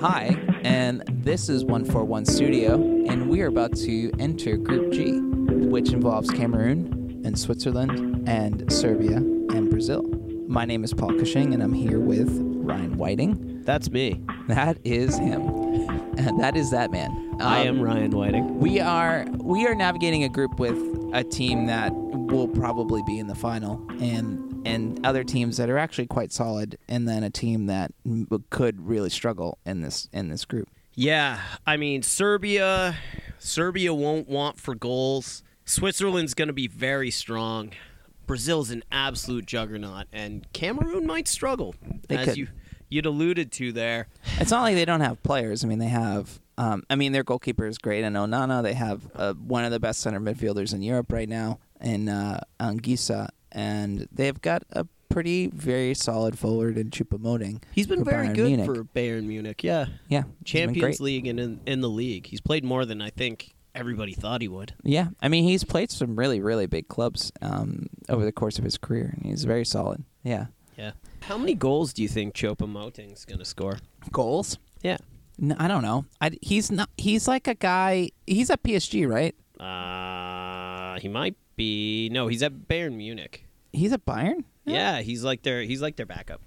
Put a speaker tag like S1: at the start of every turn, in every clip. S1: Hi, and this is 141 Studio, and we are about to enter Group G, which involves Cameroon and Switzerland and Serbia and Brazil. My name is Paul Cushing, and I'm here with Ryan Whiting.
S2: That's me.
S1: That is him. And that is that man.
S2: I
S1: Um,
S2: am Ryan Whiting.
S1: We are we are navigating a group with a team that will probably be in the final, and and other teams that are actually quite solid, and then a team that m- could really struggle in this in this group.
S3: Yeah, I mean Serbia. Serbia won't want for goals. Switzerland's going to be very strong. Brazil's an absolute juggernaut, and Cameroon might struggle,
S1: They
S3: as
S1: could.
S3: you you'd alluded to there.
S1: It's not like they don't have players. I mean, they have. Um, I mean, their goalkeeper is great, and Onana. They have uh, one of the best center midfielders in Europe right now, in uh, Anguissa, and they've got a pretty very solid forward in Chupamoting.
S3: He's been
S1: for
S3: very
S1: Bayern
S3: good
S1: Munich.
S3: for Bayern Munich. Yeah,
S1: yeah, he's been great.
S3: Champions League and in, in the league, he's played more than I think everybody thought he would.
S1: Yeah, I mean, he's played some really, really big clubs um, over the course of his career, and he's very solid. Yeah,
S3: Yeah. How many goals do you think Chopa Moting's going to score?
S1: goals.
S3: Yeah.
S1: No, I don't know. I, he's not. He's like a guy. He's at PSG, right?
S3: Uh, he might be. No, he's at Bayern Munich.
S1: He's at Bayern.
S3: Yeah, he's like their he's like their backup.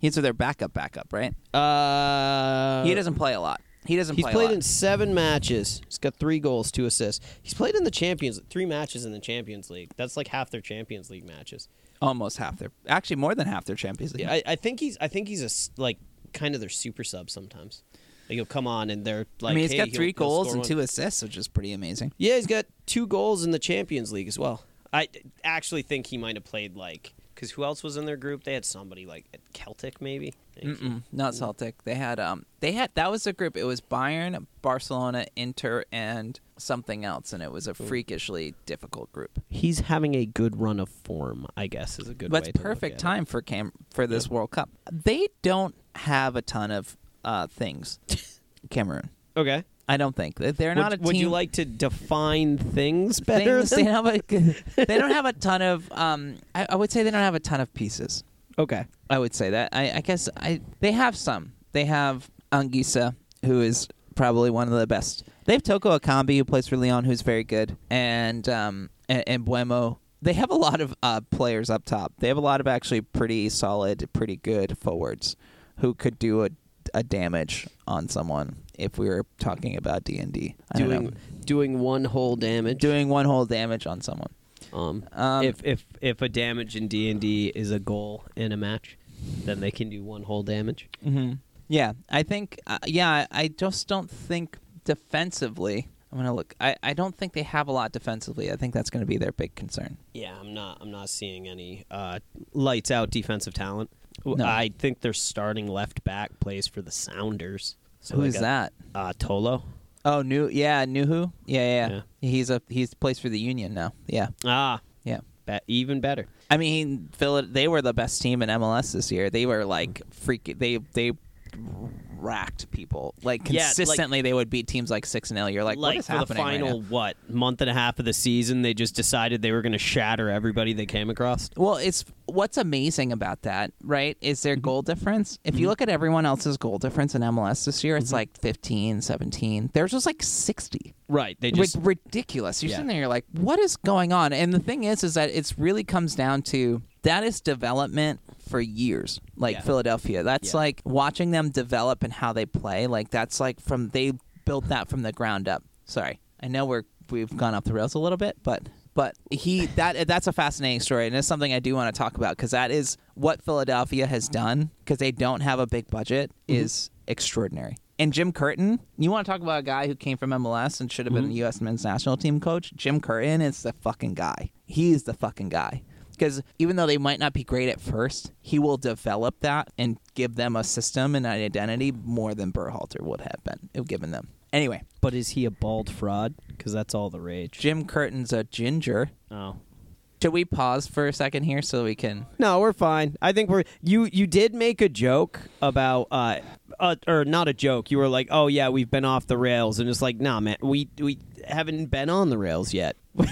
S1: He's their backup, backup, right?
S3: Uh,
S1: he doesn't play a lot. He doesn't.
S3: He's
S1: play a
S3: played
S1: lot.
S3: in seven matches. He's got three goals, two assists. He's played in the Champions three matches in the Champions League. That's like half their Champions League matches.
S1: almost half their, actually more than half their Champions League.
S3: Yeah, I, I think he's I think he's a s- like kind of their super sub sometimes. Like he'll come on and they're like.
S1: I mean, he's
S3: hey,
S1: got
S3: he'll-
S1: 3
S3: he'll
S1: goals
S3: score
S1: and
S3: one.
S1: two assists, which is pretty amazing.
S3: Yeah, he's got two goals in the Champions League as well. I d- actually think he might have played like because who else was in their group? They had somebody like Celtic maybe.
S1: Mm-mm, not Celtic. They had um they had that was a group. It was Bayern, Barcelona, Inter, and something else, and it was a freakishly difficult group.
S3: He's having a good run of form, I guess, is a good.
S1: That's
S3: way to look
S1: perfect
S3: at it.
S1: time for Cam for this World Cup. They don't have a ton of uh things. Cameroon,
S3: Okay.
S1: I don't think They- they're
S3: would,
S1: not a
S3: would you
S1: team-
S3: like to define things better?
S1: things- they,
S3: than-
S1: don't have a, they don't have a ton of um I, I would say they don't have a ton of pieces.
S3: okay.
S1: I would say that. I, I guess I they have some. They have Anguissa, who is probably one of the best. They have Toko Akambi, who plays for Leon, who's very good, and um and, and Buemo. They have a lot of uh, players up top. They have a lot of actually pretty solid, pretty good forwards who could do a, a damage on someone. If we were talking about D and D,
S3: Doing doing one whole damage.
S1: doing one whole damage on someone.
S3: um,
S1: Um,
S3: if if if a damage in D and D is a goal in a match, then they can do one whole damage.
S1: hmm Yeah, I think. Uh, yeah, I I just don't think defensively. I'm gonna look. I, I don't think they have a lot defensively. I think that's gonna be their big concern.
S3: Yeah, I'm not I'm not seeing any uh, lights out defensive talent. W-
S1: No.
S3: I think their starting left back plays for the Sounders. So
S1: Who
S3: they
S1: is
S3: got,
S1: that?
S3: Uh, Tolo.
S1: Oh, new. Yeah, Nuhu. Yeah, yeah, yeah.
S3: Yeah.
S1: He's a he's plays for the Union now. Yeah,
S3: Ah,
S1: yeah.
S3: be- even better.
S1: I mean, Phil, they were the best team in MLS this year. They were like freaky. They they racked people like
S3: Yeah, like-
S1: consistently. they would beat teams like six 0 You're like, what is
S3: for the
S1: happening right now?
S3: final what month and a half of the season they just decided they were going to shatter everybody they came across
S1: Well, it's what's amazing about that, right? Is
S3: Mm-hmm.
S1: their goal difference. If you look at everyone else's goal difference in MLS this year,
S3: Mm-hmm.
S1: it's like 15, 17. Theirs was like 60.
S3: right they
S1: like ridiculous. You're
S3: Yeah.
S1: sitting there, you're like, what is going on? And the thing is, is that it's really comes down to that is development for years. Like
S3: Yeah.
S1: Philadelphia, that's
S3: Yeah.
S1: like watching them develop and how they play. Like that's like from they built that from the ground up. Sorry, I know we're we've gone off the rails a little bit, but but he that that's a fascinating story, and it's something I do want to talk about because that is what Philadelphia has done because they don't have a big budget is extraordinary. And Jim Curtin, you want to talk about a guy who came from MLS and should have been a U.S. men's national team coach? Jim Curtin is the fucking guy. He's the fucking guy. Because even though they might not be great at first, he will develop that and give them a system and an identity more than Burhalter would have been if given them. Anyway,
S3: but is he a bald fraud because that's all the rage
S1: Jim Curtin's a ginger.
S3: oh
S1: Should we pause for a second here so we can?
S3: no we're fine i think we're you you did make a joke about uh, uh or not a joke you were like oh yeah we've been off the rails and it's like nah man we we haven't been on the rails yet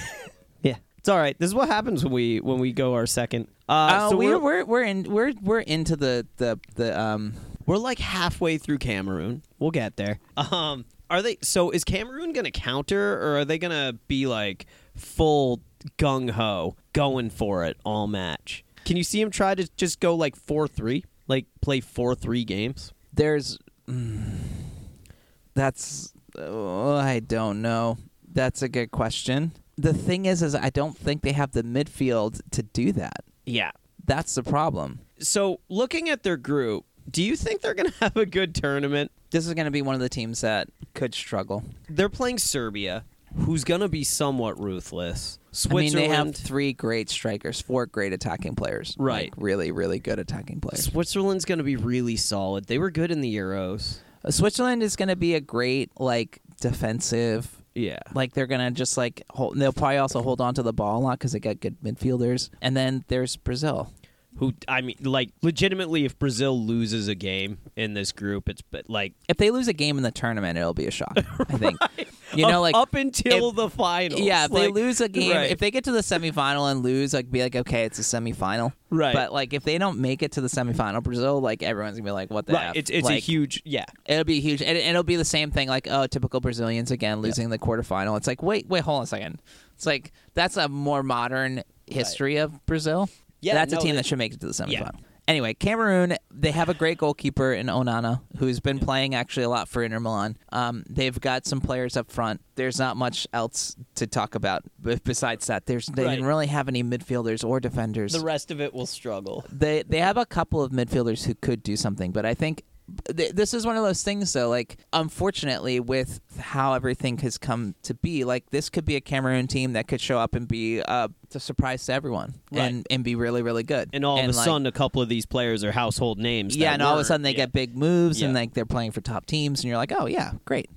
S3: yeah it's all right this is what happens when we when we go our second uh
S1: Uh,
S3: so
S1: we're, we're we're in we're we're into the the the um
S3: We're like halfway through Cameroon. We'll get there. Um, are they? So is Cameroon gonna counter, or are they gonna be like full gung ho going for it all match? Can you see him try to just go like four three, like play four three games?
S1: There's. mm, that's. Oh, I don't know. That's a good question. The thing is, is I don't think they have the midfield to do that.
S3: Yeah.
S1: That's the problem.
S3: So looking at their group, do you think they're gonna have a good tournament?
S1: This is going to be one of the teams that could struggle.
S3: They're playing Serbia, who's gonna be somewhat
S1: I
S3: ruthless.
S1: mean,
S3: Switzerland.
S1: they have three great strikers, four great attacking players.
S3: Right.
S1: Like, really, really good attacking players.
S3: Switzerland's going to be really solid. They were good in the Euros.
S1: Uh, Switzerland is going to be a great, like, defensive.
S3: Yeah.
S1: Like, they're going to just, like, hold. They'll probably also hold on to the ball a lot because they got good midfielders. And then there's Brazil.
S3: Who I mean like legitimately if Brazil loses a game in this group it's but like
S1: If they lose a game in the tournament, it'll be a shock, I think. You know,
S3: up-
S1: like.
S3: up until
S1: if-
S3: the finals.
S1: yeah, if they
S3: like-
S1: lose a game,
S3: right.
S1: if they get to the semifinal and lose, like be like, okay, it's a semifinal.
S3: Right.
S1: But like, if they don't make it to the semifinal, Brazil, like everyone's gonna be like, what the?
S3: right,
S1: F?
S3: it's it's a
S1: Like,
S3: huge yeah.
S1: It'll be huge, and and it'll be the same thing. Like, oh, typical Brazilians again losing the quarterfinal. It's like, wait, wait, hold on a second. It's like that's a more modern history of Brazil.
S3: Yeah,
S1: that's a
S3: no,
S1: team
S3: they-
S1: that should make it to the semifinal.
S3: Yeah.
S1: Anyway, Cameroon, they have a great goalkeeper in Onana, who's been playing actually a lot for Inter Milan. Um, they've got some players up front. There's not much else to talk about b- besides that. There's they
S3: Right.
S1: didn't really have any midfielders or defenders
S3: The rest of it will struggle.
S1: they they have a couple of midfielders who could do something, but I think th- this is one of those things though. Like, unfortunately, with how everything has come to be, like this could be a Cameroon team that could show up and be uh, a surprise to everyone and and be really really good.
S3: And all of a
S1: like,
S3: sudden a couple of these players are household names.
S1: yeah,
S3: that
S1: and all of a
S3: weren't.
S1: sudden they
S3: Yeah.
S1: get big moves and
S3: Yeah.
S1: like they're playing for top teams, and you're like, oh yeah, great.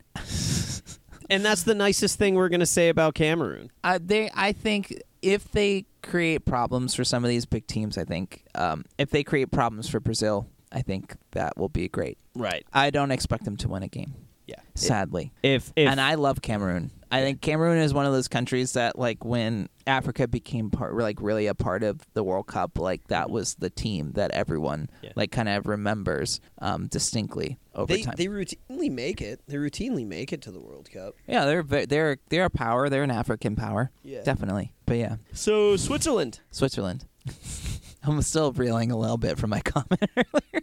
S3: And that's the nicest thing we're going to say about Cameroon.
S1: Uh, they, I think, if they create problems for some of these big teams, I think um, if they create problems for Brazil, I think that will be great.
S3: Right.
S1: I don't expect them to win a game,
S3: Yeah.
S1: sadly.
S3: If if
S1: and I love Cameroon. I think Cameroon is one of those countries that, like, when Africa became part, like, really a part of the World Cup, like, that was the team that everyone,
S3: Yeah.
S1: like, kind of remembers um, distinctly over
S2: They
S1: time.
S2: they routinely make it. They routinely make it to the World Cup.
S1: yeah, they're ve- they're they're a power. They're an African power,
S2: Yeah.
S1: definitely. But yeah,
S3: so Switzerland.
S1: Switzerland. I'm still reeling a little bit from my comment earlier.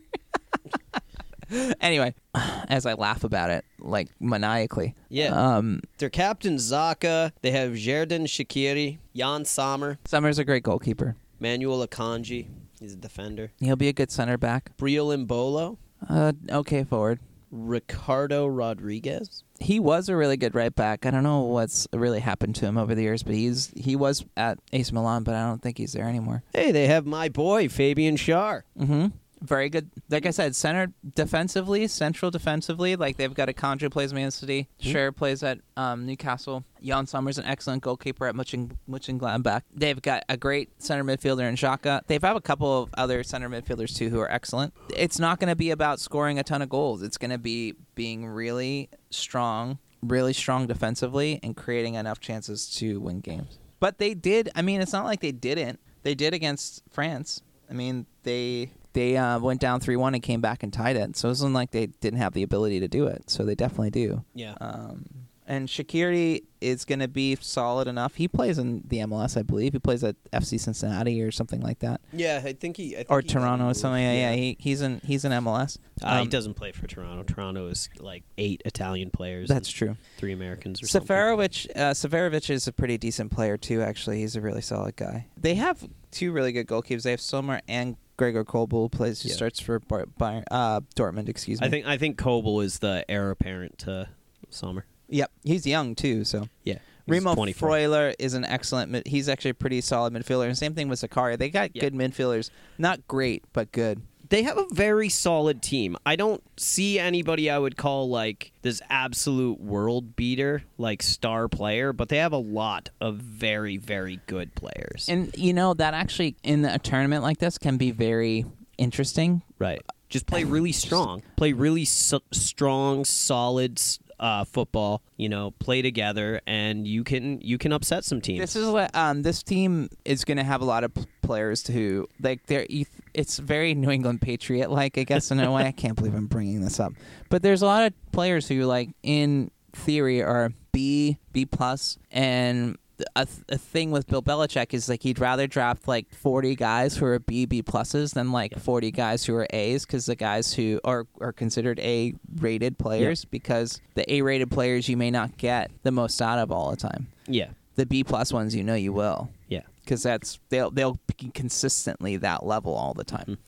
S1: anyway, as I laugh about it, like maniacally.
S3: Yeah.
S1: Um,
S3: Their captain Zaka. They have Jerdon Shakiri, Jan Sommer,
S1: Summer's a great goalkeeper.
S3: Manuel Akanji. He's a defender.
S1: He'll be a good center back.
S3: Briel Mbolo,
S1: Uh, okay, forward.
S3: Ricardo Rodriguez.
S1: He was a really good right back. I don't know what's really happened to him over the years, but he's he was at AC Milan, but I don't think he's there anymore.
S3: Hey, they have my boy Fabian Schär.
S1: hmm Very good. Like I said, center defensively, central defensively. Like they've got a Conjure plays Man City. Sure plays at um, Newcastle. Jan Sommer's an excellent goalkeeper at Muchen Gladbach. They've got a great center midfielder in Xhaka. They've have a couple of other center midfielders too who are excellent. It's not going to be about scoring a ton of goals. It's going to be being really strong, really strong defensively, and creating enough chances to win games. But they did. I mean, it's not like they didn't. They did against France. I mean, they they uh, went down three one and came back and tied it. So it wasn't like they didn't have the ability to do it. So they definitely do.
S3: Yeah.
S1: Um, and Shakiri is going to be solid enough. He plays in the MLS, I believe. He plays at FC Cincinnati or something like that,
S2: Yeah, I think he I think
S1: or
S2: he got
S1: Toronto or
S2: moved.
S1: something. Yeah, yeah. He, he's in he's in MLS.
S3: Uh, he
S1: Um,
S3: doesn't play for Toronto. Toronto is like eight Italian players.
S1: That's
S3: and
S1: true.
S3: Three Americans or something.
S1: Seferovic, uh, Seferovic is a pretty decent player too. Actually, he's a really solid guy. They have two really good goalkeepers. They have Sommer and Gregor Kobel, who plays who
S3: Yeah.
S1: starts for Bar- Bayern, uh, Dortmund. Excuse me.
S3: I think I think Kobel is the heir apparent to Sommer.
S1: Yep, he's young too. So
S3: Yeah. He's
S1: Remo
S3: 24.
S1: Freuler is an excellent. Mid- he's actually a pretty solid midfielder. And same thing with Zakaria. They got
S3: Yeah.
S1: good midfielders, not great, but good.
S3: they have a very solid team. I don't see anybody I would call like this absolute world beater, like star player, but they have a lot of very, very good players.
S1: And you know that actually in a tournament like this can be very interesting.
S3: right. Just play really strong. Play really so- strong, solid s- uh, uh, football. You know, play together, and you can you can upset some teams.
S1: This is what um, this team is going to have a lot of p- players who like they're eth- it's very New England Patriot like I guess in a way. I can't believe I'm bringing this up, but there's a lot of players who like in theory are B B plus and. A, th- a thing with Bill Belichick is like he'd rather draft like 40 guys who are B B pluses than like 40 guys who are A's because the guys who are are considered A rated players because the A rated players you may not get the most out of all the time
S3: yeah,
S1: the B plus ones, you know you will,
S3: yeah.
S1: because that's they'll they'll be consistently that level all the time.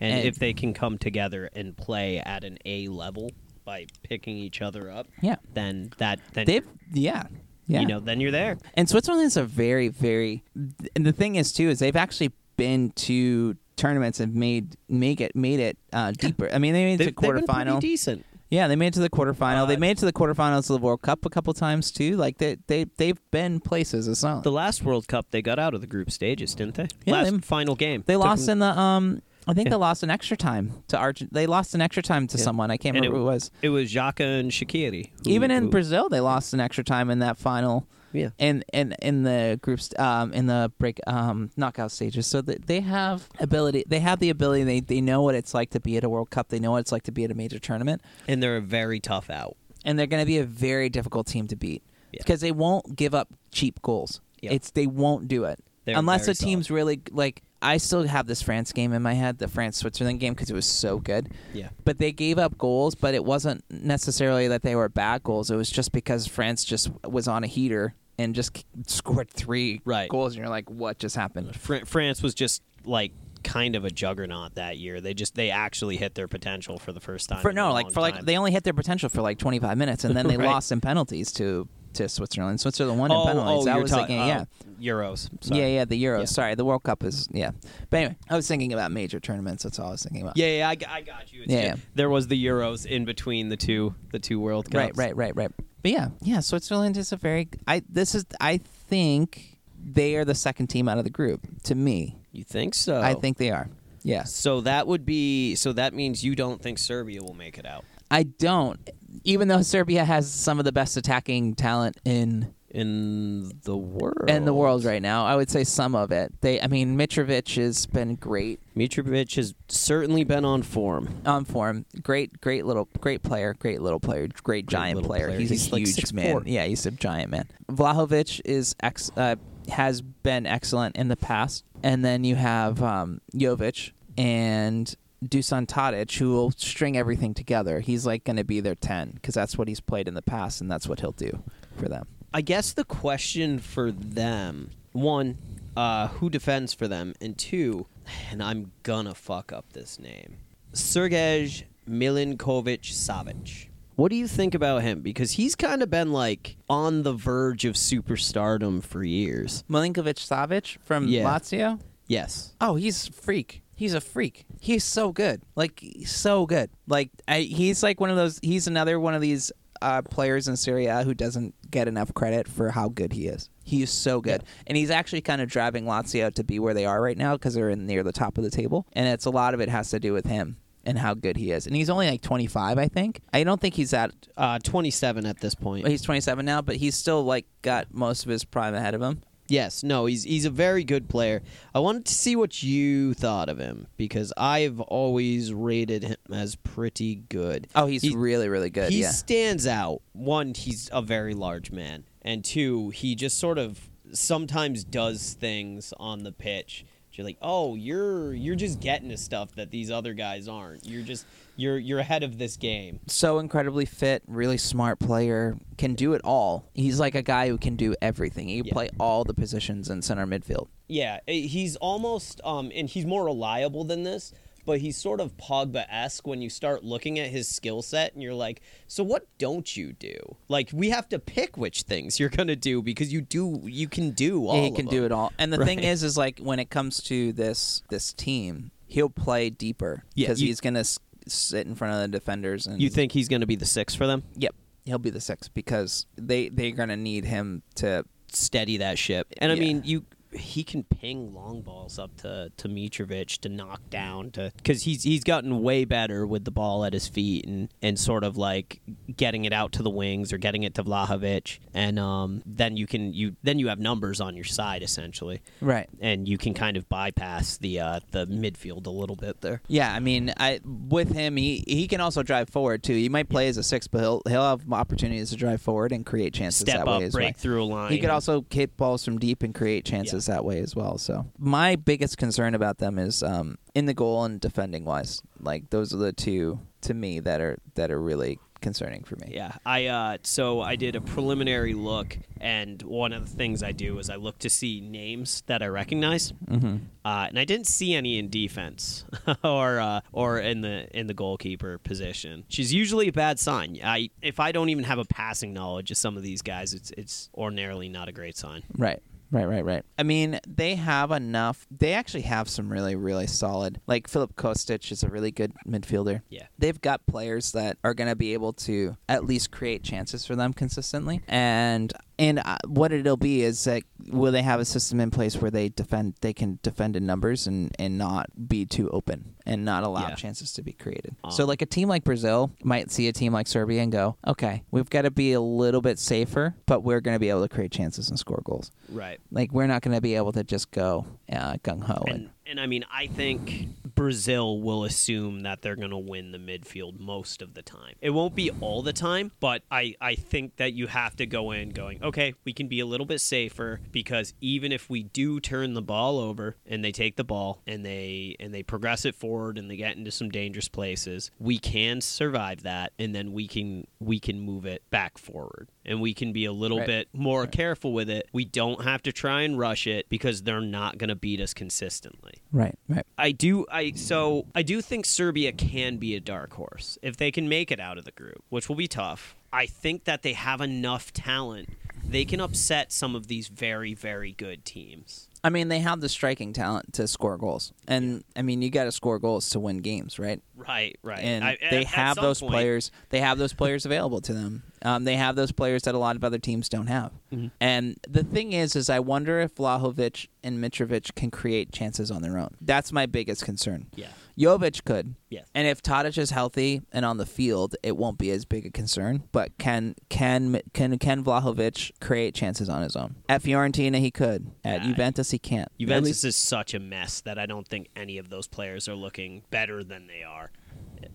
S3: And,
S1: And-
S3: if they can come together and play at an A level by picking each other up,
S1: Yeah,
S3: then that then
S1: they've yeah yeah.
S3: you know then you're there.
S1: and Switzerland is a very very, and the thing is too is they've actually been to tournaments and made make it made it uh, deeper. I mean they made
S3: They-
S1: it to
S3: they've been pretty
S1: quarterfinal.
S3: decent.
S1: Yeah, they made it to the quarterfinal.
S3: Uh,
S1: they made it to the quarterfinals of the World Cup a couple times too. Like they they they've been places. It's not
S3: The last World Cup, they got out of the group stages, didn't they?
S1: Yeah,
S3: last
S1: they-
S3: final game,
S1: They
S3: Took
S1: lost
S3: them-
S1: in the um. I think
S3: Yeah.
S1: they lost an extra time to Argent. They lost an extra time to
S3: Yeah.
S1: someone. I can't
S3: And
S1: remember who it was.
S3: It was Xhaka and Shakiri. who-
S1: Even in
S3: who-
S1: Brazil, they lost an extra time in that final.
S3: Yeah.
S1: And in, in the groups, um, in the break, um, knockout stages. So that they have ability. They have the ability. They they know what it's like to be at a World Cup. They know what it's like to be at a major tournament.
S3: and they're a very tough out.
S1: and they're going to be a very difficult team to beat
S3: Yeah.
S1: because they won't give up cheap goals.
S3: Yeah.
S1: It's they won't do it
S3: They're
S1: unless the
S3: very
S1: team's really like. I still have this France game in my head, the France Switzerland game because it was so good.
S3: Yeah.
S1: But they gave up goals, but it wasn't necessarily that they were bad goals. It was just because France just was on a heater and just k- scored three
S3: Right.
S1: goals, and you're like, what just happened?
S3: Fr- France was just like kind of a juggernaut that year. They just they actually hit their potential for the first time.
S1: For
S3: in
S1: no,
S3: a
S1: like
S3: long
S1: for like
S3: time.
S1: they only hit their potential for like 25 minutes, and then they
S3: Right.
S1: lost in penalties to to Switzerland. Switzerland won
S3: oh,
S1: in penalties.
S3: oh,
S1: that
S3: you're
S1: was
S3: talking
S1: the game. yeah.
S3: Euros. Sorry.
S1: Yeah, yeah, the Euros.
S3: Yeah.
S1: Sorry, the World Cup is yeah. But anyway, I was thinking about major tournaments. That's all I was thinking about.
S3: Yeah, yeah, I, g- I got you. It's
S1: Yeah,
S3: ju-
S1: yeah.
S3: there was the Euros in between the two the two World
S1: right,
S3: Cups.
S1: right, right, right. But yeah, yeah. Switzerland is a very. I this is. I think they are the second team out of the group. To me,
S3: You think so?
S1: I think they are. Oh. Yes,
S3: so. That would be so. That means you don't think Serbia will make it out
S1: I don't. Even though Serbia has some of the best attacking talent in
S3: in the world.
S1: in the world right now, I would say some of it. They, I mean, Mitrovic has been great.
S3: Mitrovic has certainly been on form.
S1: on um, form. Great, great little, great player, great little player, great giant
S3: little
S1: player.
S3: player.
S1: He's,
S3: He's
S1: a
S3: like
S1: huge
S3: 6'4".
S1: man. Yeah, he's a giant man. Vlahovic is ex, uh, has been excellent in the past, and then you have um, Jovic and Dusan Tadic, who will string everything together. He's like going to be their ten because that's what he's played in the past, and that's what he'll do for them.
S3: I guess the question for them one, uh, who defends for them, and two, and I'm gonna fuck up this name, Sergej Milinkovic Savic. What do you think about him? Because he's kind of been like on the verge of superstardom for years.
S1: Milinkovic Savic from
S3: Yeah.
S1: Lazio.
S3: Yes.
S1: Oh, he's a freak. He's a freak. He's so good. Like he's so good. Like I, he's like one of those. He's another one of these uh, players in Syria who doesn't get enough credit for how good he is. He is so good, and he's actually kind of driving Lazio to be where they are right now because they're in near the top of the table, and it's a lot of it has to do with him and how good he is. And he's only like 25, I think. I don't think he's that.
S3: Uh, 27 at this point.
S1: He's 27 now, but he's still like got most of his prime ahead of him.
S3: Yes, no, he's he's a very good player. I wanted to see what you thought of him because I've always rated him as pretty good.
S1: Oh, he's
S3: He-
S1: really, really good.
S3: he
S1: yeah.
S3: stands out. One, he's a very large man, and two, he just sort of sometimes does things on the pitch. You're like, oh, you're you're just getting to stuff that these other guys aren't. You're just you're you're ahead of this game.
S1: so incredibly fit, really smart player, can do it all. He's like a guy who can do everything. He can
S3: Yeah.
S1: play all the positions in center midfield.
S3: Yeah, eh, he's almost um, and he's more reliable than this, but he's sort of Pogba esque when you start looking at his skill set and you're like, so what don't you do? Like we have to pick which things you're gonna do because you do you can do all.
S1: he
S3: of
S1: can do
S3: them.
S1: it all. And the thing
S3: Right.
S1: is, is like when it comes to this this team, he'll play deeper
S3: Yeah,
S1: because
S3: you-
S1: he's gonna s- sit in front of the defenders. And
S3: You think he's gonna be the six for them?
S1: Yep, he'll be the six because they they're gonna need him to
S3: Steady that ship. And I
S1: Yeah.
S3: mean, you he can ping long balls up to to Mitrovic to knock down to because he's he's gotten way better with the ball at his feet and and sort of like getting it out to the wings or getting it to Vlahovic and um then you can you then you have numbers on your side essentially
S1: Right.
S3: and you can kind of bypass the uh the midfield a little bit there.
S1: Yeah, I mean, I with him, he he can also drive forward too. He might play as a six, but he'll he'll have opportunities to drive forward and create chances
S3: Step
S1: that way
S3: up,
S1: as well.
S3: break through a line.
S1: He could also hit balls from deep and create chances that way as well. So my biggest concern about them is um, in the goal and defending wise. Like those are the two to me that are that are really concerning for me.
S3: Yeah, I uh, so I did a preliminary look, and one of the things I do is I look to see names that I recognize, mm-hmm. uh, and I didn't see any in defense or uh, or in the in the goalkeeper position. She's usually a bad sign. I if I don't even have a passing knowledge of some of these guys, it's it's ordinarily not a great sign.
S1: Right. Right, right, right. I mean, they have enough. They actually have some really, really solid. Like Philip Kostic is a really good midfielder.
S3: Yeah.
S1: They've got players that are going to be able to at least create chances for them consistently. And and uh, what it'll be is that will they have a system in place where they defend they can defend in numbers and and not be too open and not allow
S3: Yeah.
S1: chances to be created.
S3: Um,
S1: so like a team like Brazil might see a team like Serbia and go, "Okay, we've got to be a little bit safer, but we're going to be able to create chances and score goals."
S3: Right.
S1: Like we're not going to be able to just go uh, gung ho and
S3: And, and I mean, I think Brazil will assume that they're going to win the midfield most of the time. It won't be all the time, but I, I think that you have to go in going, okay, we can be a little bit safer because even if we do turn the ball over and they take the ball and they and they progress it forward and they get into some dangerous places, we can survive that and then we can we can move it back forward and we can be a little
S1: Right.
S3: bit more careful with it. We don't have to try and rush it because they're not going to beat us consistently.
S1: right, right.
S3: I do I so I do think Serbia can be a dark horse if they can make it out of the group, which will be tough. I think that they have enough talent. They can upset some of these very very good teams.
S1: I mean, they have the striking talent to score goals, and I mean, you got to score goals to win games, right?
S3: Right, right.
S1: And
S3: I-
S1: they
S3: at- at
S1: have
S3: some
S1: those
S3: point-
S1: players. They have those players available to them. Um, they have those players that a lot of other teams don't have.
S3: Mm-hmm.
S1: And the thing is, is I wonder if Vlahovic and Mitrovic can create chances on their own. That's my biggest concern.
S3: Yeah.
S1: Jovic could.
S3: Yes.
S1: And if Tadic is healthy and on the field, it won't be as big a concern. But can can can can Vlahovic create chances on his own? At Fiorentina, he could. At
S3: Yeah.
S1: Juventus, he can't.
S3: Juventus
S2: least-
S3: is such a mess that I don't think any of those players are looking better than they are.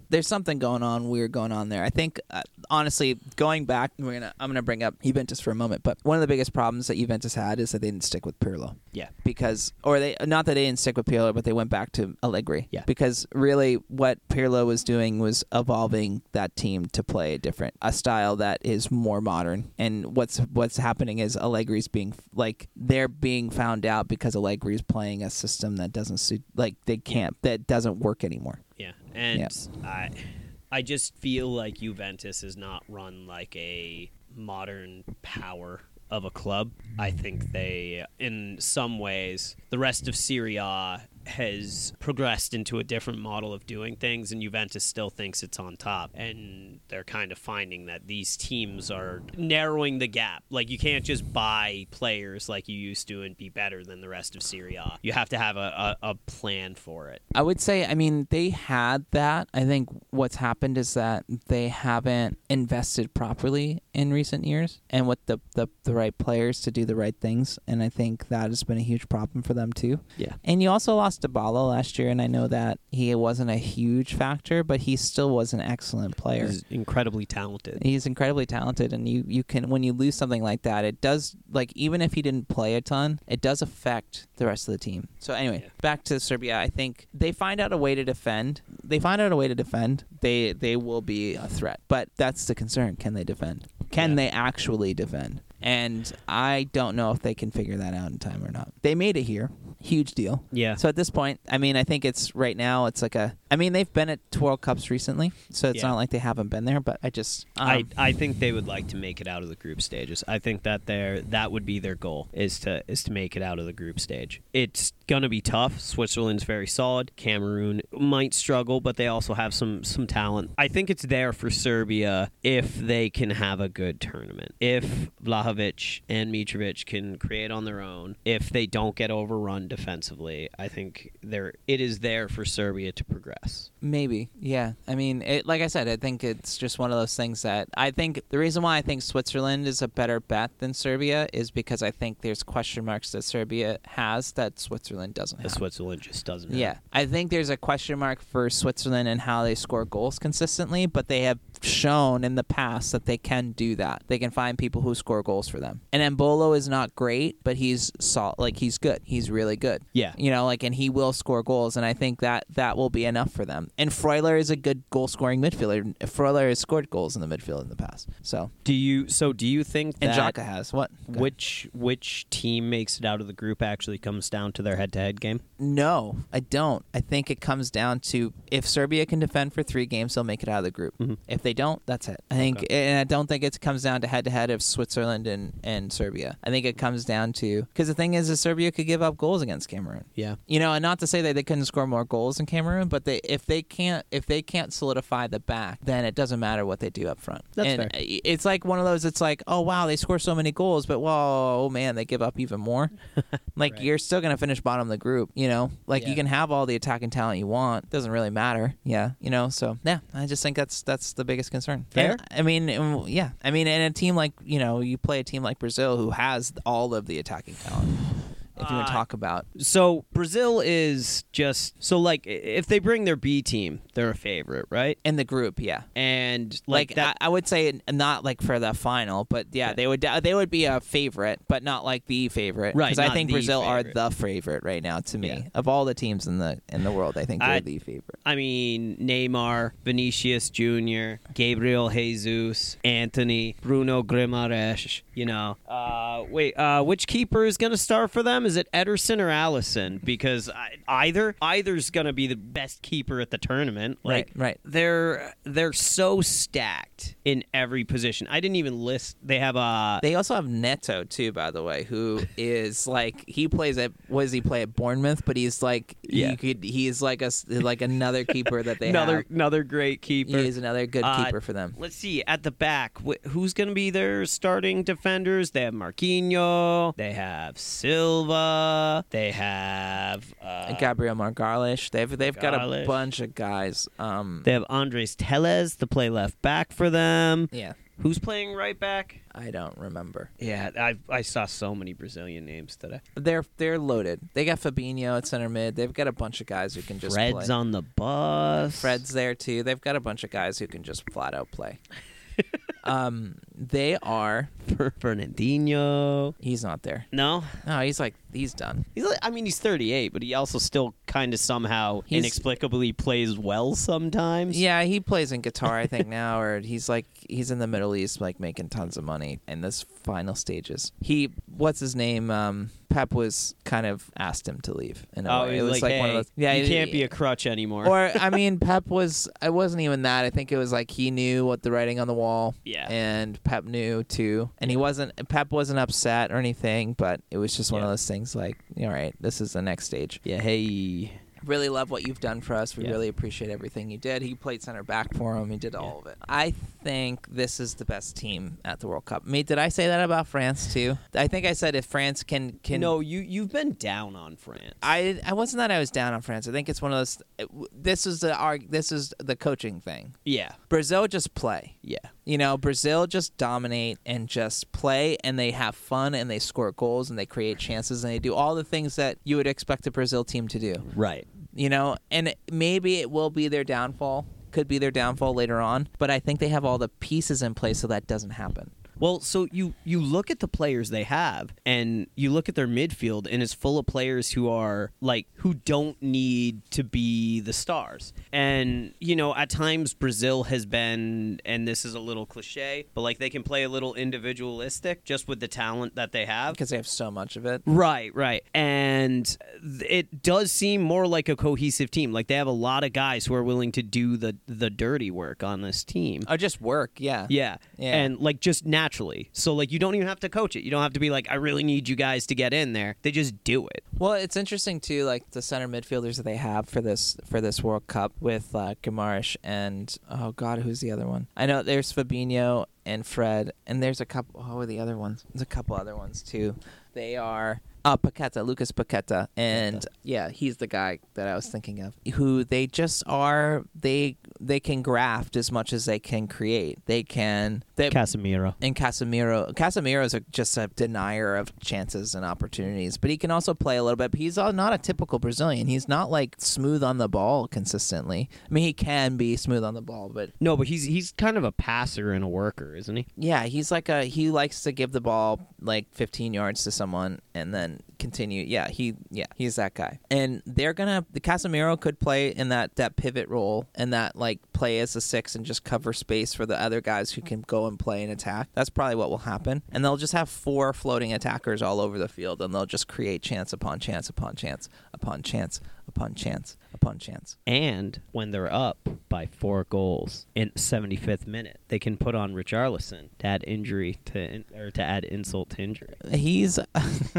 S1: There's something going on weird going on there. I think uh, honestly, going back, we're gonna I'm gonna bring up Juventus for a moment. But one of the biggest problems that Juventus had is that they didn't stick with Pirlo.
S3: Yeah.
S1: because or they not that they didn't stick with Pirlo, but they went back to Allegri.
S3: Yeah.
S1: Because really, what Pirlo was doing was evolving that team to play a different a style that is more modern. And what's what's happening is Allegri's being like they're being found out because Allegri's playing a system that doesn't suit like they can't that doesn't work anymore.
S3: Yeah, and I, I just feel like Juventus is not run like a modern power of a club. I think they, in some ways, the rest of Syria has progressed into a different model of doing things, and Juventus still thinks it's on top. And they're kind of finding that these teams are narrowing the gap. Like you can't just buy players like you used to and be better than the rest of Syria. You have to have a, a, a plan for it.
S1: I would say, I mean, they had that. I think what's happened is that they haven't invested properly in recent years and with the, the, the right players to do the right things. And I think that has been a huge problem for them, too.
S3: Yeah.
S1: And you also lost Dybala last year, and I know that he wasn't a huge factor, but he still was an excellent player.
S3: He's incredibly talented.
S1: He's incredibly talented, and you, you can when you lose something like that, it does like even if he didn't play a ton, it does affect the rest of the team. So anyway,
S3: Yeah.
S1: back to Serbia. I think they find out a way to defend. They find out a way to defend. They they will be a threat, but that's the concern. Can they defend? Can
S3: Yeah.
S1: they actually defend? And I don't know if they can figure that out in time or not. They made it here, huge deal.
S3: Yeah.
S1: So at this point, I mean, I think it's right now. It's like a I mean, they've been at World Cups recently, so it's
S3: Yeah.
S1: not like they haven't been there. But I just, um,
S3: I, I think they would like to make it out of the group stages. I think that their that would be their goal is to is to make it out of the group stage. It's gonna be tough. Switzerland's very solid. Cameroon might struggle, but they also have some some talent. I think it's there for Serbia if they can have a good tournament. If Vlahovic and Mitrovic can create on their own, if they don't get overrun defensively, I think there it is there for Serbia to progress.
S1: Maybe, yeah. I mean, it, like I said, I think it's just one of those things that I think the reason why I think Switzerland is a better bet than Serbia is because I think there's question marks that Serbia has that Switzerland doesn't
S3: If
S1: have.
S3: Switzerland just doesn't. have-
S1: Yeah, I think there's a question mark for Switzerland and how they score goals consistently, but they have shown in the past that they can do that. They can find people who score goals for them. And Embolo is not great, but he's sol Like he's good. He's really good.
S3: Yeah.
S1: you know, like and he will score goals, and I think that that will be enough for them. And Freuler is a good goal scoring midfielder. Freuler has scored goals in the midfield in the past. So
S3: Do you so do you think
S1: and
S3: that
S1: Jaka has what? Go ahead.
S3: which which team makes it out of the group actually comes down to their head to head game?
S1: No, I don't. I think it comes down to if Serbia can defend for three games, they'll make it out of the group.
S3: Mm-hmm.
S1: If they don't, that's it. I think, and I don't think it comes down to head to head of Switzerland and, and Serbia. I think it comes down to because the thing is, is Serbia could give up goals against Cameroon.
S3: Yeah.
S1: You know, and not to say that they couldn't score more goals in Cameroon, but they if they can't if they can't solidify the back, then it doesn't matter what they do up front.
S3: That's
S1: and
S3: fair.
S1: i- It's like one of those. It's like, oh wow, they score so many goals, but whoa, oh man, they give up even more. like
S3: Right.
S1: you're still gonna finish bottom of the group. You know, like
S3: Yeah.
S1: you can have all the attacking talent you want. Doesn't really matter. Yeah. You know. So yeah, I just think that's that's the biggest concern.
S3: Fair.
S1: And, I mean, and- yeah. I mean, and a team like you know, you play a team like Brazil who has all of the attacking talent. If you want
S3: Uh,
S1: to talk about
S3: So Brazil is just so like i- if they bring their B team, they're a favorite, right?
S1: in the group, yeah.
S3: And like,
S1: like,
S3: that
S1: I, I would say n- not like for the final, but yeah,
S3: Yeah.
S1: they would they would be a favorite, but not like the favorite.
S3: Right,
S1: I
S3: not
S1: think
S3: the
S1: Brazil
S3: favorite.
S1: are the favorite right now to me
S3: Yeah.
S1: of all the teams in the in the world. I think they're
S3: I-
S1: the favorite.
S3: I mean, Neymar, Vinicius Jr., Gabriel Jesus, Anthony, Bruno Grimaresh, you know. Uh, wait, uh, which keeper is going to start for them? Is it Ederson or Allison? Because I, either either's going to be the best keeper at the tournament. Like,
S1: Right, right.
S3: They're they're so stacked in every position. I didn't even list. They have uh,
S1: They also have Neto too, by the way, who is like he plays at what does he play at Bournemouth? But he's like
S3: Yeah.
S1: you could he's like a s- like another keeper that they
S3: another
S1: have.
S3: another great keeper.
S1: He is another good
S3: Uh,
S1: keeper for them.
S3: Let's see at the back. Wh- who's going to be their starting defenders? They have Marquinho. They have Silva. They have uh,
S1: Gabriel Margalish, they've they've got a
S3: Grealish.
S1: bunch of guys. Um,
S3: they have Andres Teles to play left back for them.
S1: yeah,
S3: Who's playing right back?
S1: I don't remember.
S3: Yeah, I I saw so many Brazilian names today.
S1: They're they're loaded. They got Fabinho at center mid. They've got a bunch of guys who can just
S3: Fred's
S1: play.
S3: on the bus.
S1: Fred's there too. They've got a bunch of guys who can just flat out play. um, they are.
S3: Fer- Fernandinho.
S1: He's not there.
S3: No,
S1: No, he's like he's done.
S3: he's like, I mean he's 38, but he also still kind of somehow
S1: He's-
S3: inexplicably plays well sometimes.
S1: Yeah, he plays in guitar I think now, or he's like he's in the Middle East like making tons of money in this final stages. He what's his name? Um, Pep was kind of asked him to leave. In a
S3: Oh,
S1: way.
S3: he's
S1: it was
S3: like,
S1: like
S3: hey,
S1: one of those. Yeah,
S3: you
S1: he-
S3: can't be a crutch anymore.
S1: or I mean, Pep was. It wasn't even that. I think it was like he knew what the writing on the wall.
S3: Yeah.
S1: And Pep knew too, and he wasn't. Pep wasn't upset or anything, but it was just one
S3: Yeah.
S1: of those things. Like, all right, this is the next stage.
S3: yeah, hey.
S1: Really love what you've done for us. We
S3: Yeah.
S1: really appreciate everything you did. He played center back for him. He did all of it. I think this is the best team at the World Cup. Me, did I say that about France too? I think I said if France can can
S3: no, you you've been down on France.
S1: I I wasn't that I was down on France. I think it's one of those. it- w- This is the arg. This is the coaching thing.
S3: yeah,
S1: Brazil just play.
S3: yeah.
S1: You know, Brazil just dominate and just play, and they have fun, and they score goals, and they create chances, and they do all the things that you would expect a Brazil team to do.
S3: Right.
S1: You know, and maybe it will be their downfall. Could be their downfall later on, but I think they have all the pieces in place so that doesn't happen.
S3: Well, so you you look at the players they have, and you look at their midfield, and it's full of players who are like who don't need to be the stars. And you know, at times Brazil has been, and this is a little cliche, but like they can play a little individualistic just with the talent that they have.
S1: because they have so much of it.
S3: Right, right. And th- it does seem more like a cohesive team. Like they have a lot of guys who are willing to do the the dirty work on this team.
S1: Oh, just work. Yeah.
S3: Yeah.
S1: Yeah.
S3: And like just naturally. So like you don't even have to coach it. You don't have to be like I really need you guys to get in there. They just do it.
S1: Well, it's interesting too, like the center midfielders that they have for this for this World Cup with uh, Gamarish and oh god, who's the other one? I know there's Fabinho and Fred, and there's a couple. Oh, the other ones. There's a couple other ones too. They are uh, Paqueta, Lucas Paqueta, and yeah, he's the guy that I was thinking of. Who they just are. They they can graft as much as they can create. They can. They,
S3: Casemiro.
S1: and Casemiro. Casemiro is a, just a denier of chances and opportunities, but he can also play a little bit. But he's all, not a typical Brazilian. He's not like smooth on the ball consistently. I mean, he can be smooth on the ball, but
S3: No, but he's he's kind of a passer and a worker, isn't he?
S1: yeah, he's like a he likes to give the ball like 15 yards to someone and then continue. Yeah, he yeah he's that guy. And they're gonna the Casemiro could play in that that pivot role and that like play as a six and just cover space for the other guys who can go and play and attack. That's probably what will happen. And they'll just have four floating attackers all over the field and they'll just create chance upon chance upon chance upon chance upon chance upon chance.
S3: And when they're up by four goals in 75th minute, they can put on Richarlison to add injury to in, or to add insult to injury.
S1: he's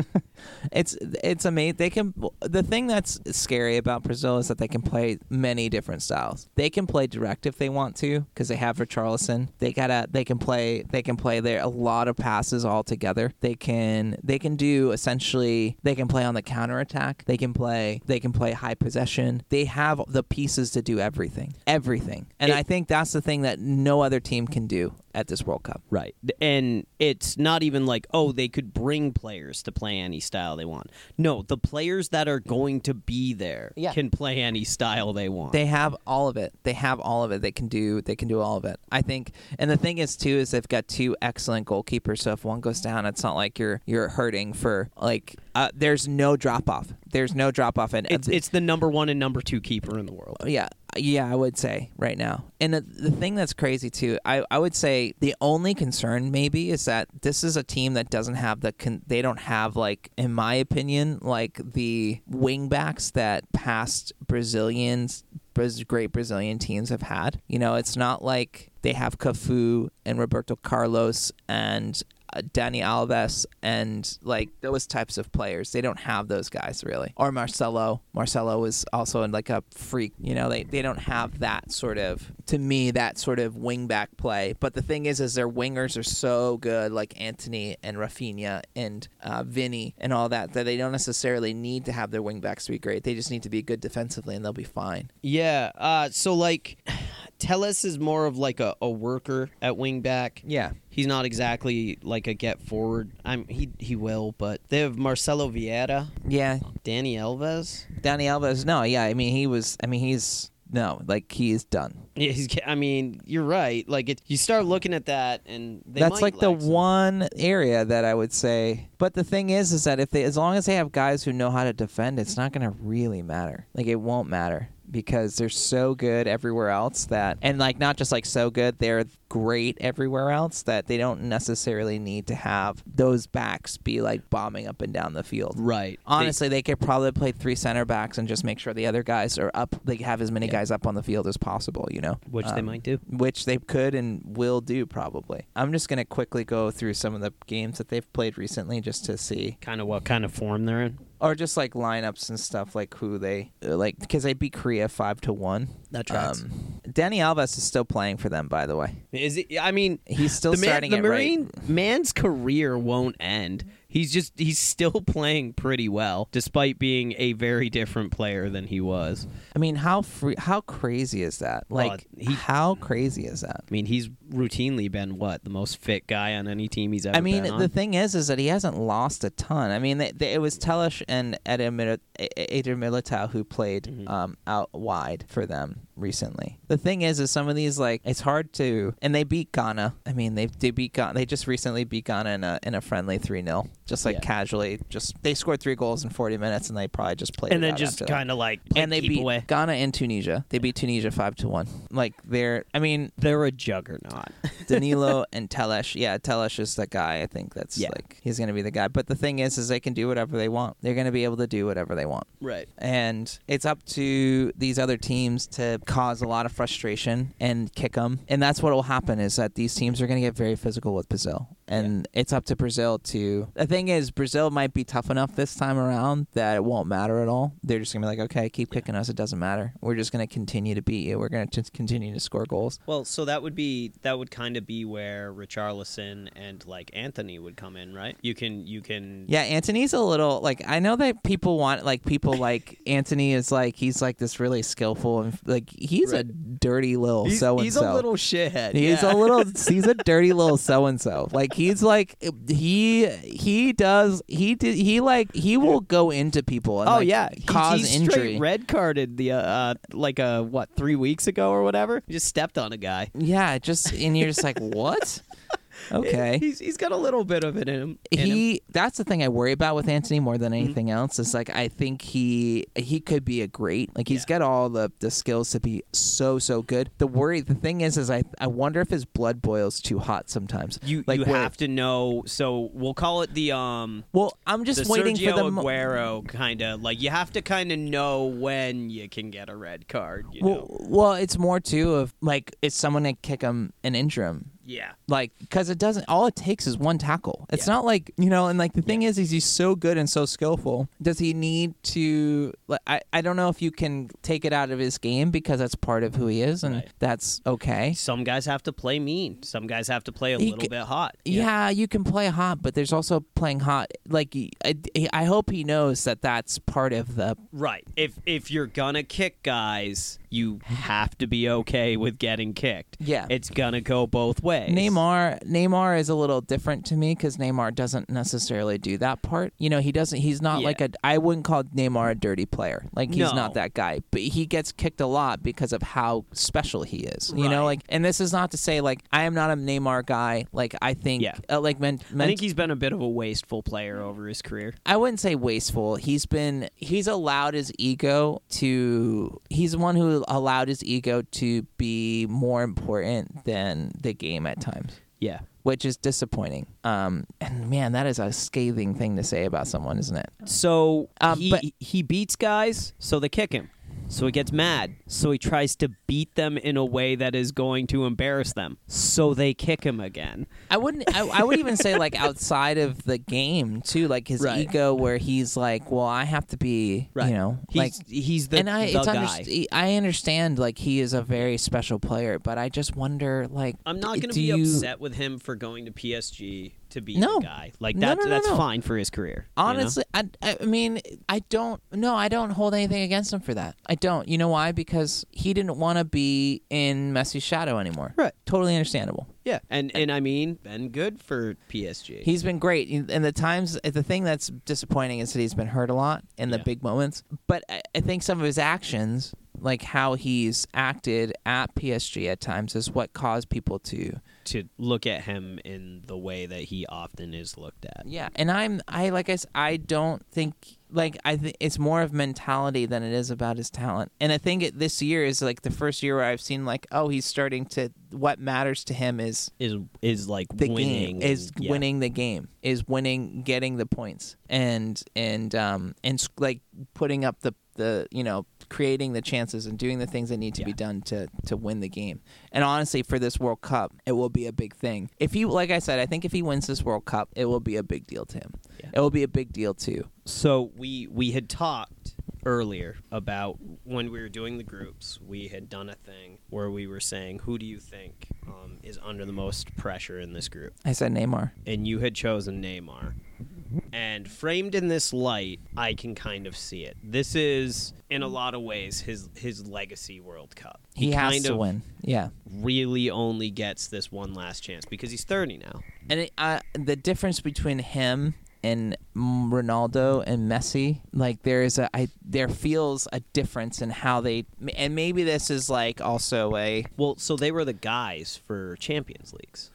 S1: it's it's amazing they can the thing that's scary about brazil is that they can play many different styles they can play direct if they want to because they have richarlison they gotta they can play they can play there a lot of passes all together they can they can do essentially they can play on the counterattack they can play they can play high possession they have the pieces to do everything everything and
S3: It-
S1: i think that's the thing that no other team can do at this world cup
S3: Right. And it's not even like, oh, they could bring players to play any style they want. No, the players that are going to be there
S1: Yeah.
S3: can play any style they want.
S1: They have all of it. They have all of it. They can do. They can do all of it. I think. And the thing is too is they've got two excellent goalkeepers. So if one goes down, it's not like you're you're hurting for like. Uh, there's no drop off. There's no drop off. And
S3: it's, it's the number one and number two keeper in the world.
S1: yeah yeah i would say right now and the, the thing that's crazy too I, I would say the only concern maybe is that this is a team that doesn't have the con- they don't have like in my opinion like the wingbacks that past brazilians Braz- great brazilian teams have had you know it's not like they have cafu and roberto carlos and uh, Danny Alves and like those types of players. They don't have those guys really. Or Marcelo. Marcelo was also in like a freak. You know, they, they don't have that sort of to me that sort of wing back play. But the thing is, is their wingers are so good, like Anthony and Rafinha and uh, Vinny and all that, that they don't necessarily need to have their wing backs to be great. They just need to be good defensively and they'll be fine.
S3: Yeah. Uh, so, like, Telles is more of like a, a worker at wing back.
S1: Yeah.
S3: He's not exactly like a get forward. I'm he he will, but they have Marcelo Vieira,
S1: Yeah,
S3: Danny Alves.
S1: Danny Alves. No, yeah. I mean, he was. I mean, he's no like he's done.
S3: Yeah, he's, I mean, you're right. Like, it, you start looking at that, and they
S1: that's
S3: might
S1: like the
S3: lack some-
S1: one area that I would say. But the thing is, is that if they, as long as they have guys who know how to defend, it's not going to really matter. Like it won't matter because they're so good everywhere else that, and like not just like so good, they're great everywhere else that they don't necessarily need to have those backs be like bombing up and down the field.
S3: Right.
S1: Honestly, they could probably play three center backs and just make sure the other guys are up. They have as many guys up on the field as possible. You know, Um,
S3: Which they might do.
S1: which they could and will do probably. I'm just gonna quickly go through some of the games that they've played recently just to see,
S3: kind of what kind of form they're in.
S1: or just like lineups and stuff like who they uh, like because they beat Korea five to one.
S3: That tracks.
S1: Um, Danny Alves is still playing for them, by the way.
S3: Is it? I mean,
S1: He's still
S3: the man,
S1: starting
S3: the
S1: it right.
S3: Marine man's career won't end. He's just he's still playing pretty well, despite being a very different player than he was.
S1: I mean, how free, how crazy is that?
S3: Well,
S1: Like,
S3: he-
S1: how crazy is that?
S3: I mean, he's routinely been what the most fit guy on any team he's ever.
S1: I mean,
S3: been on.
S1: the thing is, is that he hasn't lost a ton. I mean, they, they, it was Telesh and Eder Militao who played um, out wide for them. recently. The thing is, is some of these like it's hard to, and they beat Ghana. I mean, they they beat Ghana. They just recently beat Ghana in a in a friendly three 0 just like
S4: Yeah.
S1: casually. Just they scored three goals in forty minutes, and they probably just played.
S4: and
S1: it
S4: then
S1: out
S4: just
S1: after that
S4: kind of like
S1: and they
S4: keep
S1: beat
S4: away.
S1: Ghana and Tunisia. They beat Tunisia five to one. Like they're, I mean,
S4: They're a juggernaut.
S1: Danilo and Telesh. Yeah, Telesh is the guy. I think that's
S4: Yeah.
S1: like he's gonna be the guy. But the thing is, is they can do whatever they want. They're gonna be able to do whatever they want.
S5: Right.
S1: And it's up to these other teams to cause a lot of frustration and kick them. And that's what will happen is that these teams are going to get very physical with Brazil. And it's up to Brazil to. The thing is, Brazil might be tough enough this time around that it won't matter at all. They're just going to be like, okay, keep kicking us. It doesn't matter. We're just going to continue to beat you. We're going to continue to score goals.
S4: Well,
S3: Well, so that would be that would kind of be where Richarlison and like Anthony would come in, right? You can you can
S1: Yeah, Anthony's a little like I know that people want like people like Anthony is like he's like this really skillful and like he's a dirty little
S4: he's,
S1: so and so.
S4: he's a little shithead.
S1: He's
S4: yeah.
S1: a little. He's a dirty little so and so. Like he's like he he does he did he like he will go into people. And,
S4: Oh
S1: like,
S4: yeah, He-
S1: cause
S4: he straight
S1: injury.
S4: Red carded the uh, uh like uh what three weeks ago or whatever. He just stepped on a guy.
S1: yeah, just and you're just like what? Okay.
S4: He's he's got a little bit of it in him. in him.
S1: He that's the thing I worry about with Anthony more
S3: Mm-hmm.
S1: than anything else is like I think he he could be a great like he's got all the the skills to be so so good. The worry the thing is is I I wonder if his blood boils too hot sometimes.
S3: you,
S1: like
S3: you
S1: where-
S3: have to know. So we'll call it the um
S1: Well, I'm just
S3: the
S1: waiting
S3: Sergio
S1: for the mo-
S3: Aguero kind of like you have to kind of know when you can get a red card. You know?
S1: Well, well, it's more too of like it's someone to kick him an interim,
S3: Yeah.
S1: like because it doesn't. All it takes is one tackle. It's not like you know, and like the thing is, is he's so good and so skillful. Does he need to? Like, I I don't know if you can take it out of his game because that's part of who he is, and that's okay.
S3: Some guys have to play mean. Some guys have to play a
S1: He
S3: little
S1: c-
S3: bit hot.
S1: Yeah. you can play hot, but there's also playing hot. Like I, I hope he knows that that's part of the
S3: Right. If if you're gonna kick guys, you have to be okay with getting kicked.
S1: Yeah.
S3: It's gonna go both ways.
S1: Neymar Neymar is a little different to me because Neymar doesn't necessarily do that part. You know, he doesn't. He's not
S3: Yeah.
S1: like a. I wouldn't call Neymar a dirty player. Like he's
S3: No.
S1: not that guy. But he gets kicked a lot because of how special he is. You know,
S3: Right.
S1: like and this is not to say like I am not a Neymar guy. Like I think
S3: Yeah.
S1: uh, like men,
S3: I
S1: men,
S3: think he's been a bit of a wasteful player over his career.
S1: I wouldn't say wasteful. He's been he's allowed his ego to he's one who allowed his ego to be more important than the game at times
S3: Yeah.
S1: which is disappointing. Um, and man, that is a scathing thing to say about someone, isn't it?
S3: So
S1: Um,
S3: he
S1: but-
S3: he beats guys, so they kick him. So he gets mad. So he tries to beat them in a way that is going to embarrass them. So they kick him again.
S1: I wouldn't. I, I would even say like outside of the game too, like his
S3: Right.
S1: ego, where he's like, "Well, I have to be," you know, like.
S3: he's he's the,
S1: and I,
S3: the
S1: it's
S3: guy.
S1: underst- I understand like he is a very special player, but I just wonder like
S3: I'm not going to
S1: do
S3: be
S1: you-
S3: upset with him for going to PSG to be
S1: No.
S3: the guy. Like
S1: No,
S3: that,
S1: no, no,
S3: that's
S1: no.
S3: fine for his career. you know?
S1: Honestly, I, I mean, I don't, no, I don't hold anything against him for that. I don't. You know why? Because he didn't want to be in Messi's shadow anymore.
S4: Right.
S1: Totally understandable.
S3: yeah, and and I mean, been good for PSG.
S1: He's been great, and the times the thing that's disappointing is that he's been hurt a lot in the
S3: Yeah.
S1: big moments. But I, I think some of his actions, like how he's acted at PSG at times, is what caused people to.
S3: to look at him in the way that he often is looked at.
S1: Yeah, and I'm I like I s- I don't think like I think it's more of mentality than it is about his talent. And I think it, this year is like the first year where I've seen like oh he's starting to what matters to him is
S3: Is is like
S1: the
S3: winning
S1: game is
S3: and- yeah.
S1: winning the game is winning getting the points and and um and s- like putting up the the you know creating the chances and doing the things that need to be
S3: Yeah.
S1: done to to win the game and honestly for this world cup it will be a big thing if he like i said i think if he wins this world cup it will be a big deal to him
S3: Yeah.
S1: it will be a big deal too
S3: So we we had talked earlier about when we were doing the groups, we had done a thing where we were saying, who do you think um, is under the most pressure in this group?
S1: i said neymar
S3: and you had chosen Neymar. And framed in this light, I can kind of see it. This is, in a lot of ways, his his legacy World Cup.
S1: he, has
S3: kind
S1: to
S3: of
S1: win yeah
S3: Really, only gets this one last chance because he's thirty now.
S1: And it, uh, the difference between him and M- Ronaldo and Messi, like there is a I there feels a difference in how they and maybe this is like also a
S3: Well, so they were the guys for Champions Leagues.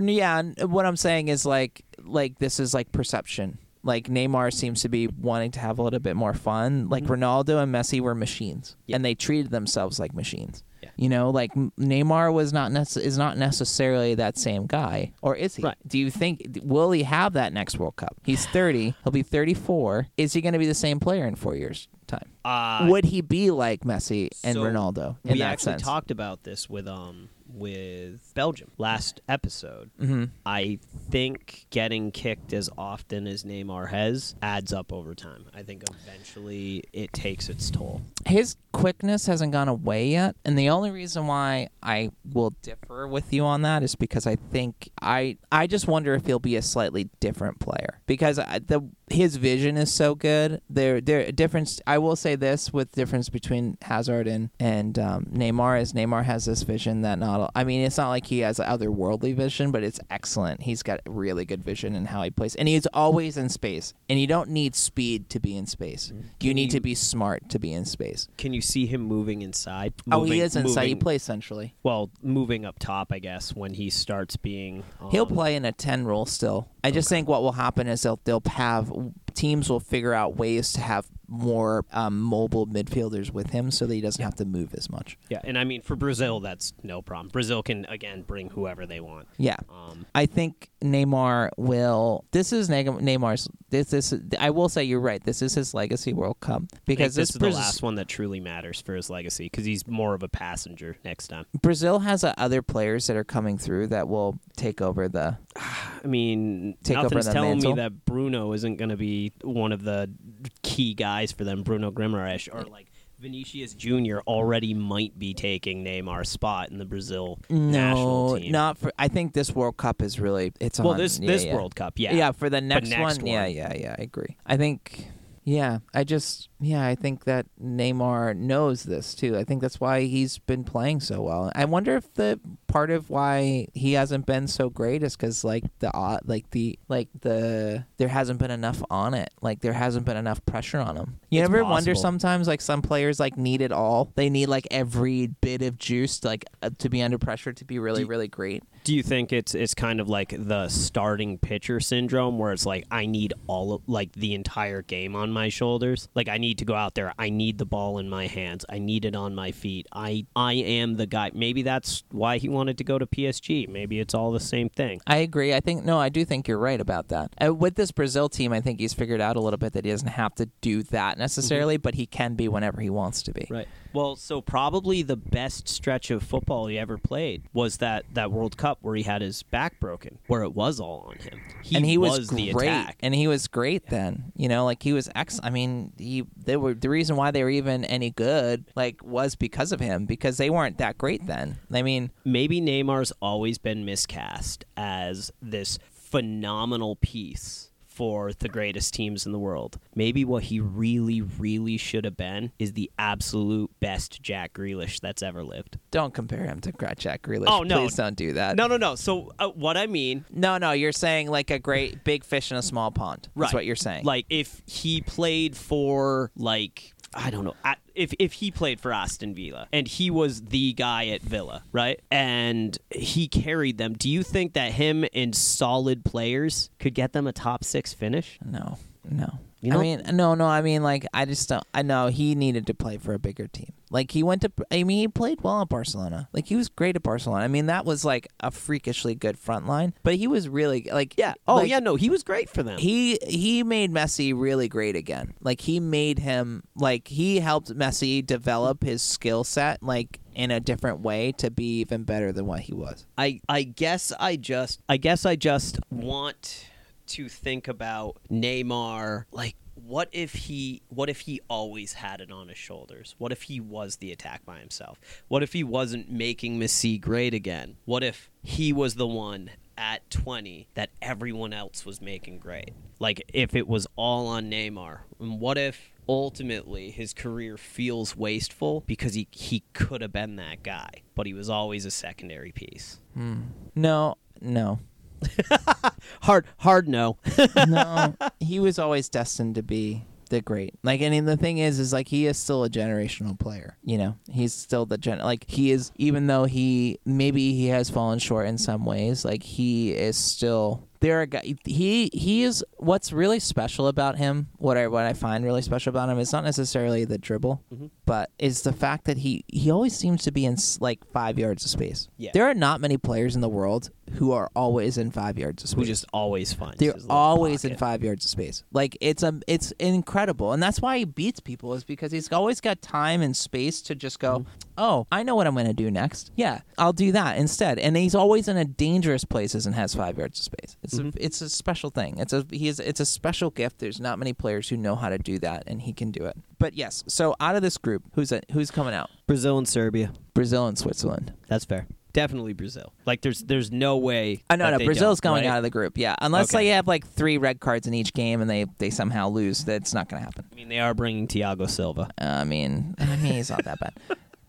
S1: yeah, n- what I'm saying is like like this is like perception. Like Neymar seems to be wanting to have a little bit more fun. Like Ronaldo and Messi were machines,
S3: Mm-hmm. Yeah.
S1: and they treated themselves like machines.
S3: Yeah.
S1: You know, like M- Neymar was not nece- is not necessarily that same guy, or is he?
S3: Right.
S1: Do you think will he have that next World Cup? He's 30. He'll be 34. Is he going to be the same player in four years' time?
S3: Uh,
S1: Would he be like Messi and
S3: So,
S1: Ronaldo in
S3: we
S1: that
S3: actually
S1: sense?
S3: talked about this with um with Belgium last episode.
S1: hmm
S3: I think getting kicked as often as Neymar has adds up over time. I think eventually it takes its toll.
S1: his quickness hasn't gone away yet and the only reason why i will differ with you on that is because i think i i just wonder if he'll be a slightly different player because I, the his vision is so good there there difference i will say this with difference between hazard and and um, neymar is neymar has this vision that not i mean it's not like he has otherworldly vision but it's excellent he's got really good vision in how he plays and he's always in space and you don't need speed to be in space
S3: Mm-hmm.
S1: you need to be smart to be in space.
S3: Can you see him moving inside?
S1: oh, he
S3: Moving-
S1: is inside. He
S3: moving-
S1: plays centrally.
S3: Well, moving up top, I guess, when he starts being. Um,
S1: He'll play in a ten role still. I just think what will happen is they'll they'll have teams will figure out ways to have more um, mobile midfielders with him so that he doesn't have to move as much.
S3: Yeah, and I mean for Brazil, that's no problem. Brazil can again bring whoever they want.
S1: Yeah.
S3: Um,
S1: I think Neymar will. This is Neg- Neymar's. This this I will say you're right. This is his legacy World Cup because
S3: because this,
S1: this,
S3: is
S1: Braz-
S3: the last one that truly matters for his legacy because he's more of a passenger next time.
S1: Brazil has uh, other players that are coming through that will take over the
S3: I mean,
S1: Take over
S3: nothing's
S1: the
S3: telling
S1: mantle?
S3: me that Bruno isn't going to be one of the key guys for them. Bruno Guimaraes or like Vinicius Junior already might be taking Neymar's spot in the Brazil
S1: no
S3: national team.
S1: not for. I think this World Cup is really it's
S3: well,
S1: on-
S3: this
S1: yeah,
S3: this
S1: yeah.
S3: World Cup, yeah,
S1: for the next,
S3: next
S1: one, Yeah,
S3: one.
S1: yeah, yeah. I agree. I think. Yeah, I just yeah, I think that Neymar knows this too. I think that's why he's been playing so well. I wonder if the part of why he hasn't been so great is cuz like the odd like the like the there hasn't been enough on it. Like there hasn't been enough pressure on him. You
S3: It's
S1: ever wonder
S3: possible.
S1: sometimes like some players like need it all. They need like every bit of juice like uh, to be under pressure to be really
S3: Do-
S1: really great.
S3: Do you think it's it's kind of like the starting pitcher syndrome where it's like I need all of like the entire game on my shoulders? Like I need to go out there, I need the ball in my hands, I need it on my feet. I I am the guy. Maybe that's why he wanted to go to PSG. Maybe it's all the same thing.
S1: I agree. I think no, I do think you're right about that. Uh, with this Brazil team, I think he's figured out a little bit that he doesn't have to do that necessarily, but he can be whenever he wants to be.
S3: Right. Well, so probably the best stretch of football he ever played was that that World Cup where he had his back broken, where it was all on him. He,
S1: and he was,
S3: the
S1: great,
S3: attack.
S1: and he was great then. You know, like he was ex. I mean, he they were the reason why they were even any good, like, was because of him because they weren't that great then. I mean,
S3: maybe Neymar's always been miscast as this phenomenal piece for the greatest teams in the world. Maybe what he really, really should have been is the absolute best Jack Grealish that's ever lived.
S1: don't compare him to Gra- Jack Grealish.
S3: Oh, no.
S1: please don't do that.
S3: No, no, no. So uh, what I mean,
S1: no, no. You're saying like a great big fish in a small pond. That's
S3: Right.
S1: what you're saying.
S3: like if he played for like I don't know I- if if he played for Aston Villa and he was the guy at Villa, right? And he carried them. Do you think that him and solid players could get them a top six finish?
S1: No, no.
S3: You
S1: I
S3: know-
S1: mean, no, no. I mean, like, I just don't. I know he needed to play for a bigger team. Like, he went to. I mean, he played well at Barcelona. Like, he was great at Barcelona. I mean, that was like a freakishly good front line. But he was really like, yeah.
S3: Oh
S1: like,
S3: yeah, no, he was great for them.
S1: He he made Messi really great again. Like he made him like he helped Messi develop his skill set like in a different way to be even better than what he was.
S3: I I guess I just I guess I just want to think about Neymar like what if he what if he always had it on his shoulders? What if he was the attack by himself? What if he wasn't making Messi great again? What if he was the one at 20 that everyone else was making great? Like if it was all on Neymar. And what if ultimately his career feels wasteful because he he could have been that guy, but he was always a secondary piece.
S1: No, no,
S3: Hard, hard no.
S1: no, he was always destined to be the great. Like, and the thing is, is like he is still a generational player. You know, he's still the gen. Like he is, even though he maybe he has fallen short in some ways. Like he is still there. Are guy. He he is what's really special about him. What I what I find really special about him is not necessarily the dribble,
S6: Mm-hmm.
S1: but is the fact that he he always seems to be in s- like five yards of space.
S6: Yeah.
S1: There are not many players in the world who are always in five yards of space.
S6: who just always finds.
S1: They're
S6: his little
S1: always in
S6: pocket.
S1: five yards of space. Like it's um it's incredible, and that's why he beats people is because he's always got time and space to just go.
S3: Mm-hmm.
S1: Oh, I know what I'm going to do next. Yeah, I'll do that instead. And he's always in a dangerous places and has five yards of space. It's
S3: Mm-hmm.
S1: a it's a special thing. It's a he is it's a special gift. There's not many players who know how to do that, and he can do it. But yes, so out of this group, who's a, who's coming out?
S3: Brazil and Serbia.
S1: Brazil and Switzerland.
S3: That's fair.
S6: Definitely Brazil.
S3: Like there's there's no way.
S1: I know,
S3: that
S1: Uh, no,
S3: they
S1: Brazil's
S3: don't,
S1: going
S3: right?
S1: out of the group. Yeah, unless
S3: Okay.
S1: they have like three red cards in each game and they they somehow lose, that's not going to happen.
S3: I mean, they are bringing Thiago Silva.
S1: Uh, I mean, I mean, he's not that bad.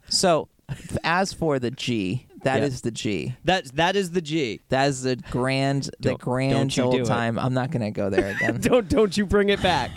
S1: So, f- as for the G, that is
S3: Yeah.
S1: the G.
S3: That that is the G.
S1: That is the grand, the
S3: Don't-
S1: grand
S3: don't you do
S1: old
S3: it.
S1: time. I'm not gonna go there again.
S3: Don't don't you bring it back.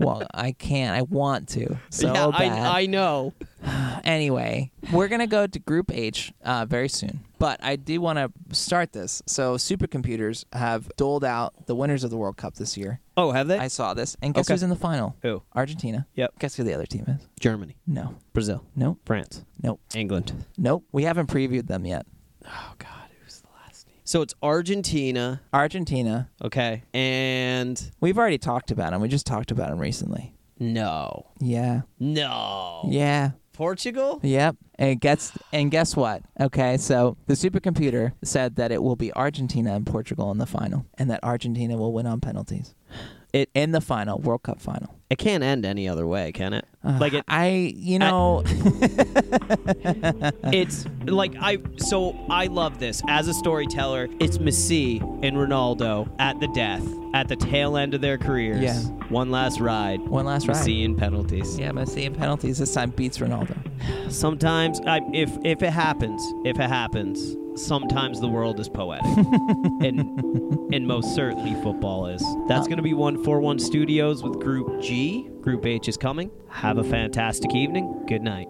S1: well, I can't. I want to so
S3: yeah,
S1: bad.
S3: I I know.
S1: anyway, we're gonna go to Group H uh, very soon, but I do want to start this. So, supercomputers have doled out the winners of the World Cup this year.
S3: Oh, have they?
S1: I saw this, and guess
S3: Okay.
S1: who's in the final?
S3: Who?
S1: Argentina.
S3: Yep.
S1: Guess who the other team is?
S3: Germany,
S1: No.
S3: Brazil,
S1: Nope.
S3: France,
S1: Nope.
S3: England.
S1: Nope. We haven't previewed them yet.
S6: Oh God, who's the last name?
S3: So it's Argentina.
S1: Argentina,
S3: Okay, and
S1: We've already talked about him. We just talked about him recently. Oh.
S3: no,
S1: Yeah.
S3: no.
S1: Yeah.
S3: Portugal.
S1: Yep. And gets and guess what? Okay, so the supercomputer said that it will be Argentina and Portugal in the final and that Argentina will win on penalties.
S3: It-
S1: in the final, World Cup final.
S3: It can't end any other way, can it?
S1: Uh,
S3: like it,
S1: I you know
S3: it's like I. So I love this as a storyteller. It's Messi and Ronaldo at the death, at the tail end of their careers.
S1: Yeah.
S3: One last ride.
S1: one last ride.
S3: Messi and penalties.
S1: Yeah, Messi in penalties this time beats Ronaldo.
S3: Sometimes, I, if if it happens, if it happens, sometimes the world is poetic, and and most certainly football is.
S1: Uh,
S3: That's going to be one four one studios with Group G. Group H is coming. Have a fantastic evening. Good night.